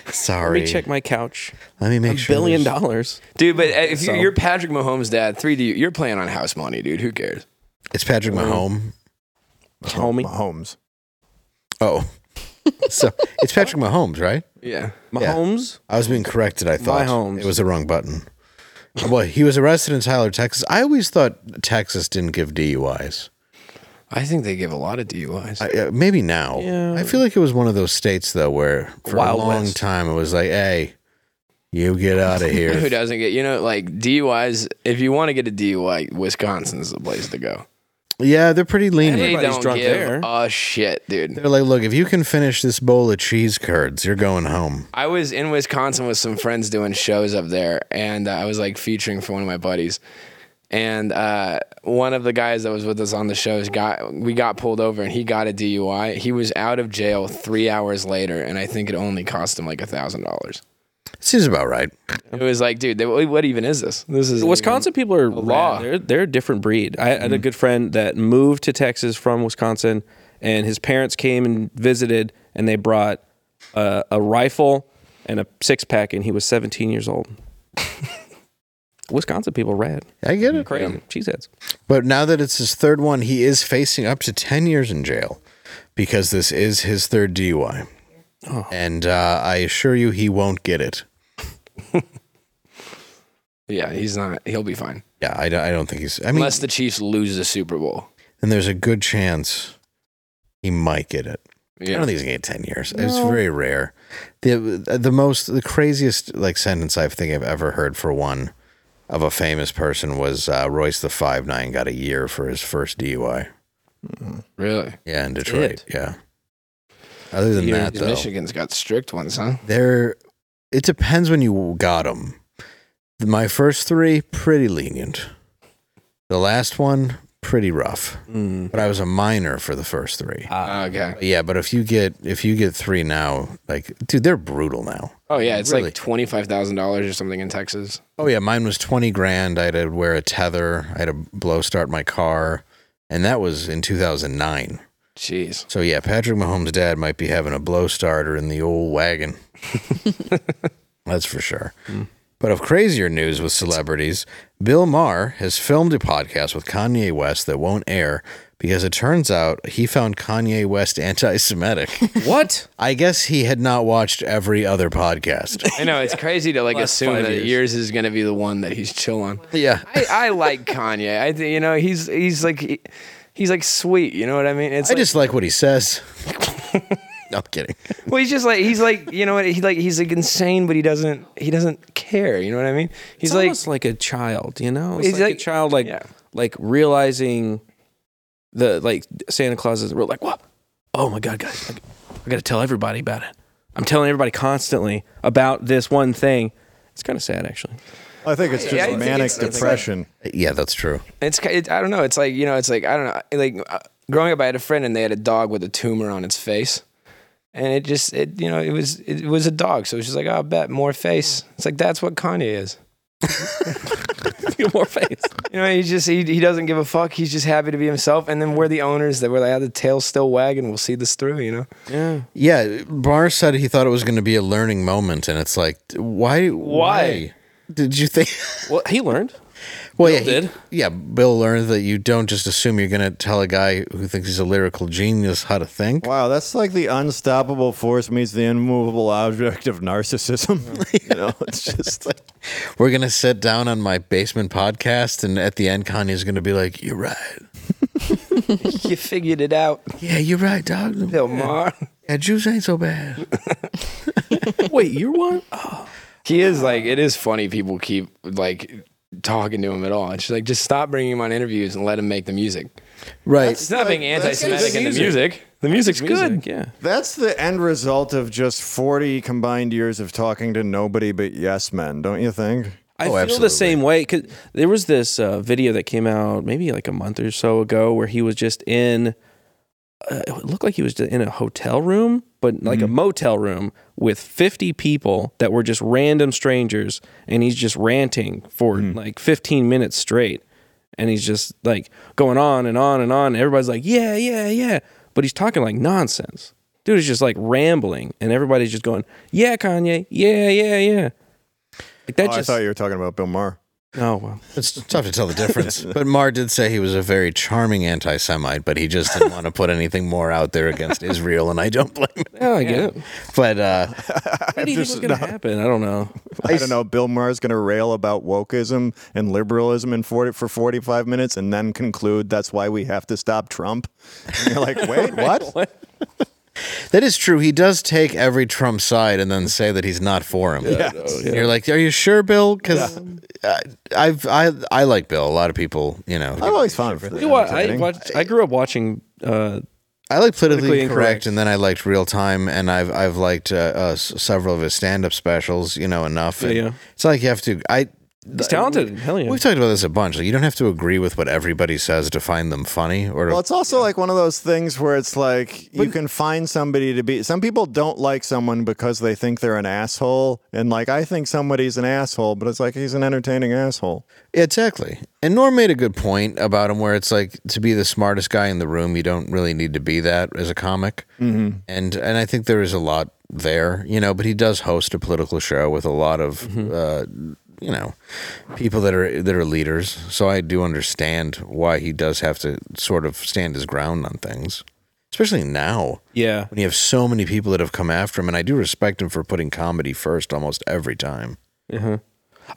Sorry.
Let me check my couch.
Let me make
A
sure.
billion
there's-
dollars.
dude. But uh, if you're,
So-
you're Patrick Mahomes' dad, three D, you're playing on house money, dude. Who cares?
It's Patrick Mahomes.
Homie.
Mahomes.
Oh. [LAUGHS] so it's Patrick Mahomes, right?
Yeah,
Mahomes.
I was being corrected. I thought
Mahomes.
it was the wrong button. Well, he was arrested in Tyler, Texas. I always thought Texas didn't give DUIs.
I think they give a lot of DUIs.
I, uh, maybe now.
Yeah.
I feel like it was one of those states though where for
Wild
a long
West.
time it was like, "Hey, you get out of
[LAUGHS]
Who
here."
doesn't get you know like DUIs? If you want to get a DUI, Wisconsin's the place to go.
yeah, they're pretty
They
lenient.
Everybody's
don't
drunk
give
there.
a shit, dude.
They're like, "Look, if you can finish this bowl of cheese curds, you're going home."
I was in Wisconsin with some friends doing shows up there, and uh, I was like featuring for one of my buddies. And uh, one of the guys that was with us on the shows got we got pulled over, and he got a DUI. He was out of jail three hours later, and I think it only cost him like a thousand dollars.
Seems about right.
It was like, dude, they, what even is this? This is
Wisconsin people are
law.
law. They're, they're a different breed. I had a good friend that moved to Texas from Wisconsin, and his parents came and visited, and they brought uh, a rifle and a six pack, and he was 17 years old. Wisconsin people rad,
I get it.
crazy cheeseheads.
But now that it's his third one, he is facing up to 10 years in jail because this is his third DUI. And uh, I assure you, he won't get it.
Yeah, he's not. He'll be fine
Yeah, I, don't- I don't think he's. I mean,
unless the Chiefs lose the Super Bowl.
and there's a good chance he might get it. I don't think he's gonna get ten years. It's very rare. the The most, the craziest like sentence I think I've ever heard for one of a famous person was uh, Royce the Five Nine got a year for his first DUI.
Mm-hmm.
Really?
Yeah, in Detroit.
it.
Yeah. Other than
Here,
that, though,
Michigan's got strict ones, huh?
there. It depends when you got them. My first three pretty lenient. The last one pretty rough.
Mm.
But I was a minor for the first three.
Ah.
okay.
Yeah, but if you get if you get three now, like dude, they're brutal now.
Oh yeah, it's
Really?
like twenty five thousand dollars or something in Texas.
Oh yeah, mine was twenty grand. I had to wear a tether. I had to blow start my car, and that was in two thousand nine.
Jeez.
So yeah, Patrick Mahomes' dad might be having a blow starter in the old wagon. That's for sure. But of crazier news with celebrities, Bill Maher has filmed a podcast with Kanye West that won't air because it turns out he found Kanye West anti-Semitic.
What?
I guess he had not watched every other podcast.
I know it's crazy to like
Last
assume
five
that
years.
yours is gonna be the one that he's chill on.
yeah.
I, I like Kanye. I th- you know he's he's like he- he's like sweet. You know what I mean? It's
I
like,
just like what he says. No, I'm kidding.
well, he's just like he's like you know what he like he's like insane, but he doesn't he doesn't care. You know what I mean? He's
He's
like
almost like a child, you know? It's
He's
like, a
like-
child like
yeah.
like realizing the like Santa Claus is real like, what? Oh my god, guys, like, I gotta tell everybody about it. I'm telling everybody constantly about this one thing. It's kind of sad, actually. [LAUGHS]
I think it's just
I think
manic
it's- it's like-
depression.
Yeah, that's true.
it's ki- it, I don't know. It's like you know. It's like I don't know. Like uh, growing up, I had a friend and they had a dog with a tumor on its face, and it just it you know it was it was a dog, so it was just like oh, I bet more face. It's like that's what Kanye is.
More face.
You know, he just he, he doesn't give a fuck. He's just happy to be himself. And then we're the owners that we're like, oh, the tail's still wagging. We'll see this through. You know,
Yeah.
Yeah, Barr said he thought it was going to be a learning moment, and it's like, why? Why did you think? [LAUGHS]
Well, he learned.
Well, yeah, he-
did.
yeah. Bill learned that you don't just assume you're going to tell a guy who thinks he's a lyrical genius how to think.
Wow, that's like the unstoppable force meets the immovable object of narcissism. [LAUGHS] you know, it's just like
We're going to sit down on my basement podcast, and at the end, Kanye's going to be like, "You're right.
[LAUGHS] you figured it out,
Yeah, you're right, dog.
Bill Maher. [LAUGHS]
Yeah, Jews ain't so bad."
[LAUGHS] Wait, you're one?
He is like it is funny. People keep like talking to him at all. It's just like just stop bringing him on interviews and let him make the music.
Right.
It's not being anti-Semitic in the
music.
music. The music's good.
Yeah.
that's the end result of just 40 combined years of talking to nobody but yes men, don't you think?
I
Oh,
feel
absolutely.
the same way. Cause there was this uh, video that came out maybe like a month or so ago where he was just in. Uh, it looked like he was in a hotel room, but like a
Mm-hmm.
motel room with 50 people that were just random strangers, and he's just ranting for
Mm-hmm.
like 15 minutes straight, and he's just like going on and on and on. Everybody's like, yeah, yeah, yeah, but he's talking like nonsense. Dude is just like rambling, and everybody's just going, yeah, Kanye, yeah, yeah, yeah. Like that
Oh, I
just
thought you were talking about Bill Maher.
Oh well.
It's tough to tell the
[LAUGHS]
difference. but Marr did say he was a very charming anti Semite, but he just didn't want to put anything more out there against Israel, and I don't blame him.
Yeah, I get [LAUGHS] it.
But uh,
What do you think was gonna happen? I don't know.
I don't know. Bill Maher's going to rail about wokeism and liberalism in 40, for 45 minutes and then conclude that's why we have to stop Trump. And you're like,
[LAUGHS]
wait, what?
that is true. He does take every Trump side and then say that he's not for him. And You're like, are you sure, Bill? Because I've I I like Bill. A lot of people, you know,
I'm always fine for
You know what? I watched, I grew up watching. Uh,
I like politically,
Politically
incorrect,
Incorrect.
and then I liked Real Time, and I've I've liked uh, uh, s- several of his stand up specials. You know enough. And
yeah.
It's not like you have to. I
he's talented. Hell yeah.
We've talked about this a bunch. Like, you don't have to agree with what everybody says to find them funny or to.
Well, it's also like one of those things where it's like you can find somebody to be. Some people don't like someone because they think they're an asshole, and like I think somebody's an asshole, but it's like he's an entertaining asshole.
exactly. And Norm made a good point about him where it's like to be the smartest guy in the room, you don't really need to be that as a comic. Mm-hmm. And and I think there is a lot there, you know, but he does host a political show with a lot of uh, you know, people that are that are leaders. So I do understand why he does have to sort of stand his ground on things. Especially now.
yeah.
when you have so many people that have come after him. And I do respect him for putting comedy first almost every time.
Uh-huh.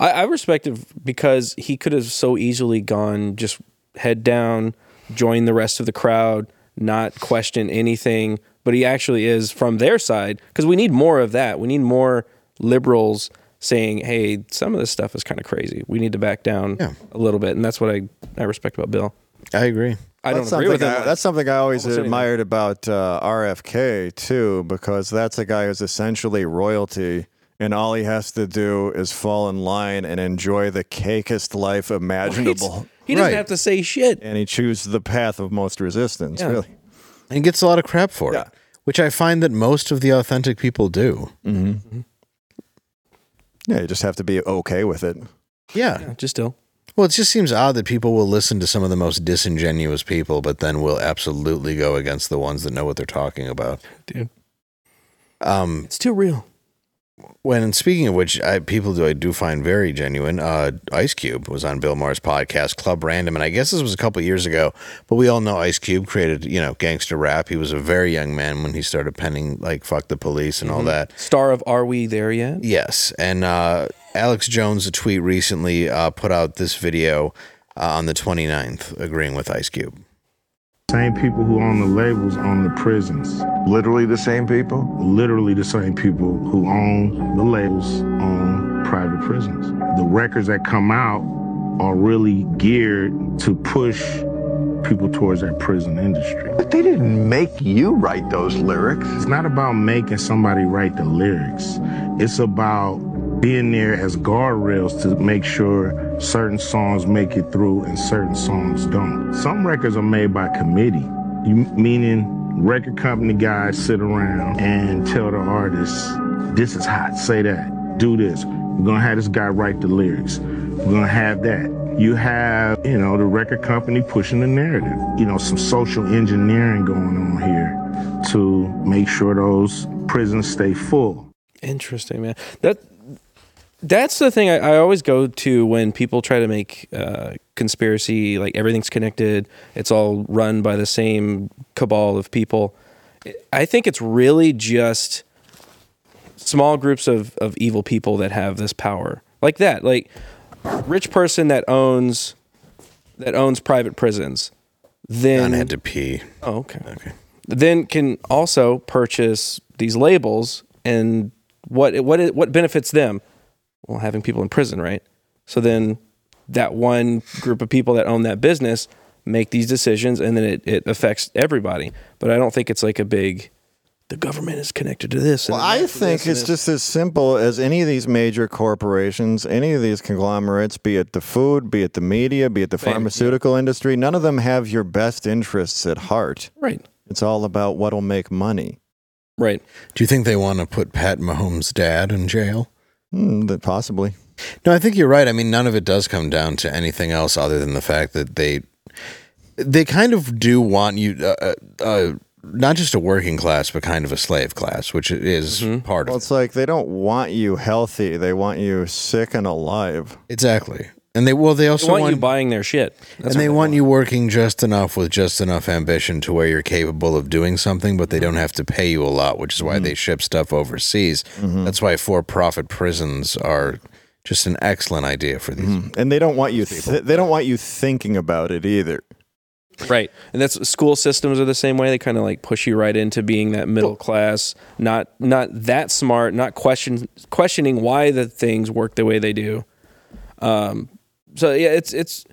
I, I respect it because he could have so easily gone just head down, join the rest of the crowd, not question anything, but he actually is from their side because we need more of that. We need more liberals saying, "Hey, some of this stuff is kind of crazy. We need to back down
Yeah.
a little bit." And that's what I I respect about Bill.
I agree.
I
that's
don't agree
something
with him.
I-
on
that's something I always
almost anything.
admired about uh, RFK too, because that's a guy who's essentially royalty, and all he has to do is fall in line and enjoy the cakest life imaginable.
He doesn't
Right.
have to say shit.
And he chooses the path of most resistance.
Yeah.
Really,
And gets a lot of crap for
Yeah.
it, which I find that most of the authentic people do.
Mm-hmm.
Mm-hmm.
yeah, you just have to be okay with it.
Yeah.
Yeah, just still.
Well, it just seems odd that people will listen to some of the most disingenuous people, but then will absolutely go against the ones that know what they're talking about.
Dude.
Um,
It's too real.
when and speaking of which, I, people do I do find very genuine. Uh, Ice Cube was on Bill Maher's podcast Club Random, and I guess this was a couple years ago. But we all know Ice Cube created you know gangster rap. He was a very young man when he started penning like "fuck the police" and
Mm-hmm.
all that.
Star of Are We There Yet?
Yes, and uh, Alex Jones, a tweet recently, uh, put out this video uh, on the 29th, agreeing with Ice Cube.
Same people who own the labels own the prisons.
Literally the same people?
Literally the same people who own the labels own private prisons. The records that come out are really geared to push people towards that prison industry.
But they didn't make you write those lyrics.
It's not about making somebody write the lyrics. It's about being there as guardrails to make sure certain songs make it through and certain songs don't. Some records are made by committee, you, meaning record company guys sit around and tell the artists, this is hot, say that, do this. We're gonna have this guy write the lyrics. We're gonna have that. You have, you know, the record company pushing the narrative. You know, some social engineering going on here to make sure those prisons stay full.
Interesting, man. That that's the thing I, I always go to when people try to make uh, conspiracy like everything's connected. It's all run by the same cabal of people. I think it's really just small groups of of evil people that have this power, like that, like rich person that owns that owns private prisons.
Don
Then
had to pee.
Oh, okay. Okay. Then can also purchase these labels, and what what what benefits them? Well, having people in prison, right? So then that one group of people that own that business make these decisions, and then it, it affects everybody. But I don't think it's like a big. The government is connected to this. and
Well, I
that's-
think it's just as simple as any of these major corporations, any of these conglomerates, be it the food, be it the media, be it the pharmaceutical industry, none of them have your best interests at heart.
right,
It's all about what'll make money.
right.
Do you think they want to put Pat Mahomes' dad in jail?
Mm, that possibly.
No, I think you're right. I mean, none of it does come down to anything else other than the fact that they they kind of do want you uh, uh, uh, not just a working class, but kind of a slave class, which is
Mm-hmm.
part
Well,
of it.
it's like they don't want you healthy; they want you sick and alive.
exactly. And they well, they also
They want,
want
you buying their shit. That's
and they
what
want you working just enough with just enough ambition to where you're capable of doing something, but they don't have to pay you a lot, which is why they ship stuff overseas. That's why for-profit prisons are just an excellent idea for these.
Hmm. And they don't want you. Th- they don't want you thinking about it either.
Right. And that's school systems are the same way. They kind of like push you right into being that middle class, not not that smart, not question questioning why the things work the way they do. Um so yeah, it's it's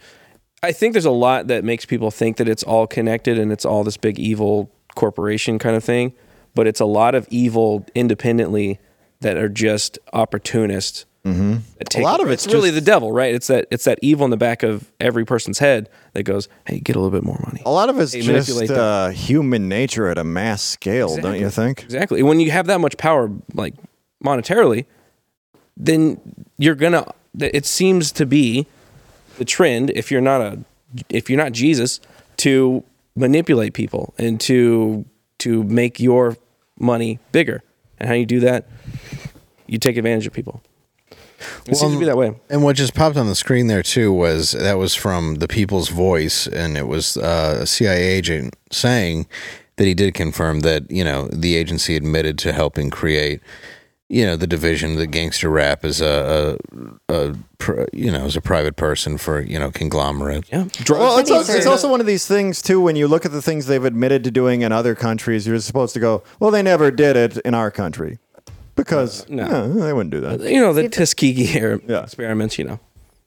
I think there's a lot that makes people think that it's all connected and it's all this big evil corporation kind of thing, but it's a lot of evil independently that are just opportunists. Mm-hmm.
A lot of it's
really
just-
the devil, right? It's that it's that evil in the back of every person's head that goes, "Hey, get a little bit more money."
A lot of it's
They manipulate
just
them.
uh, human nature at a mass scale, don't you think?
Exactly. When you have that much power, like monetarily, then you're gonna. th- It seems to be the trend. If you're not a, if you're not Jesus, to manipulate people and to to make your money bigger. And how you do that, you take advantage of people. It seems to be that way.
And what just popped on the screen there too was that was from the People's Voice, and it was uh, a CIA agent saying that he did confirm that you know the agency admitted to helping create you know the division that gangster rap is a, a, a pr- you know, as a private person for you know conglomerate.
Yeah.
Well,
Drugs.
it's, also, it's
Sure.
also one of these things too. When you look at the things they've admitted to doing in other countries, you're supposed to go, "Well, they never did it in our country," because no, they wouldn't do that.
you know, the Tuskegee [LAUGHS] air
Yeah.
experiments, you know,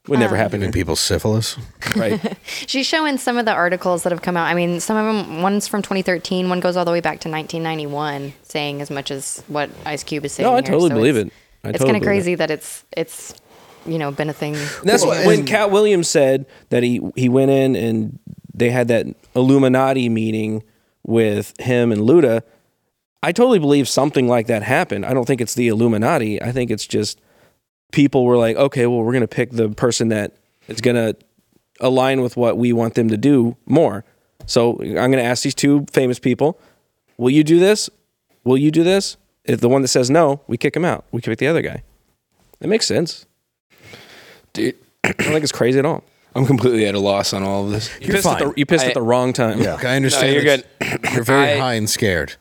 would
Ah,
never happen
Giving
here,
people syphilis.
right?
She's showing some of the articles that have come out. I mean, some of them, one's from 2013, one goes all the way back to 1991, saying as much as what Ice Cube is saying.
No, I
here.
totally
So
believe
it's-
it. I
it's
totally believe
kind of
it.
crazy that it's it's you know been a thing.
And that's what, when Cat Williams said that he he went in and they had that Illuminati meeting with him and Luda. I totally believe something like that happened. I don't think it's the Illuminati. I think it's just people were like, okay, well, we're gonna pick the person that is gonna align with what we want them to do more. So I'm gonna ask these two famous people, will you do this? Will you do this? If the one that says no, we kick him out. We kick the other guy. It makes sense.
Dude,
I don't think it's crazy at all.
I'm completely at a loss on all of this.
You pissed,
fine.
At the, you pissed
I-
at the wrong time.
Yeah.
I understand.
No, you're
it's- You're very
I-
high and scared.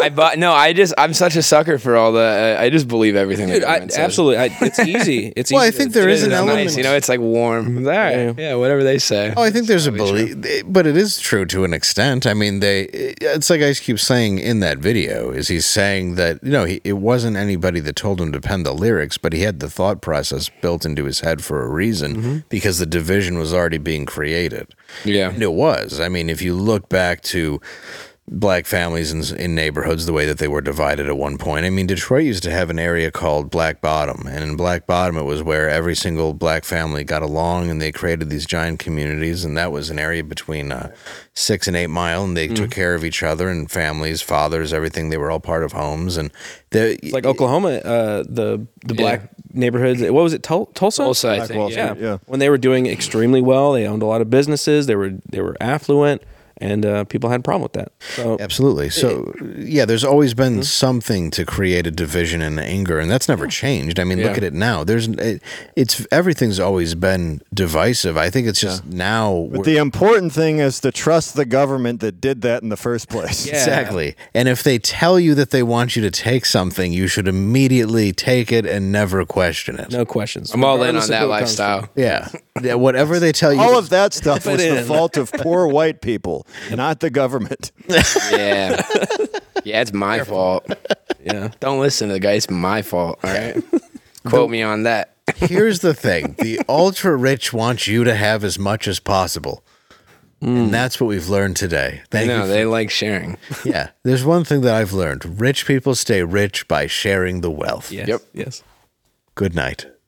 I bought no. I just I'm such a sucker for all the. uh, I, I just believe everything.
[LAUGHS] Dude,
the
I,
government says.
absolutely. I,
[LAUGHS]
it's easy. It's
Well, I
easy.
think there is
It's
an
nice,
element.
You know, it's like warm. It's all right.
Mm-hmm. Yeah.
Yeah, whatever they say.
Oh, I think there's a belief, but it is true to an extent. I mean, they. eh, It's like Ice Cube saying in that video is he's saying that you know he, it wasn't anybody that told him to pen the lyrics, but he had the thought process built into his head for a reason because the division was already being created.
Yeah.
And it was. I mean, if you look back to black families in, in neighborhoods, the way that they were divided at one point, I mean, Detroit used to have an area called Black Bottom. And in Black Bottom, it was where every single black family got along and they created these giant communities. And that was an area between uh, six and eight mile. And they
Mm.
took care of each other and families, fathers, everything. They were all part of homes. And they,
It's like Oklahoma, uh, the the black neighborhoods. What was it? Tul- Tulsa.
Also, I
Wall
think.
Street.
Yeah.
Yeah.
Yeah.
When they were doing extremely well, they owned a lot of businesses. They were they were affluent, and uh, people had a problem with that. So
Absolutely. So, yeah, there's always been something to create a division and anger, and that's never changed. I mean, look
Yeah.
at it now. There's it, it's everything's always been divisive. I think it's just now
But
we're-
the important thing is to trust the government that did that in the first place.
exactly. And if they tell you that they want you to take something, you should immediately take it and never question it.
no questions.
I'm all in
Regardless of
on that
who it comes
lifestyle.
Yeah. yeah, whatever they tell you.
[LAUGHS] All of that stuff
Fit
was the
in.
fault of poor white people, not the government.
Yeah.
[LAUGHS]
yeah, it's my fault.
from. Yeah.
Don't listen to the guy. It's my fault.
[LAUGHS]
All right. Quote me on that.
Here's the thing: the ultra rich want you to have as much as possible, and that's what we've learned today. Thank you
No,
for
they like sharing.
Yeah, there's one thing that I've learned: rich people stay rich by sharing the wealth.
Yes.
Yep.
Yes.
Good night.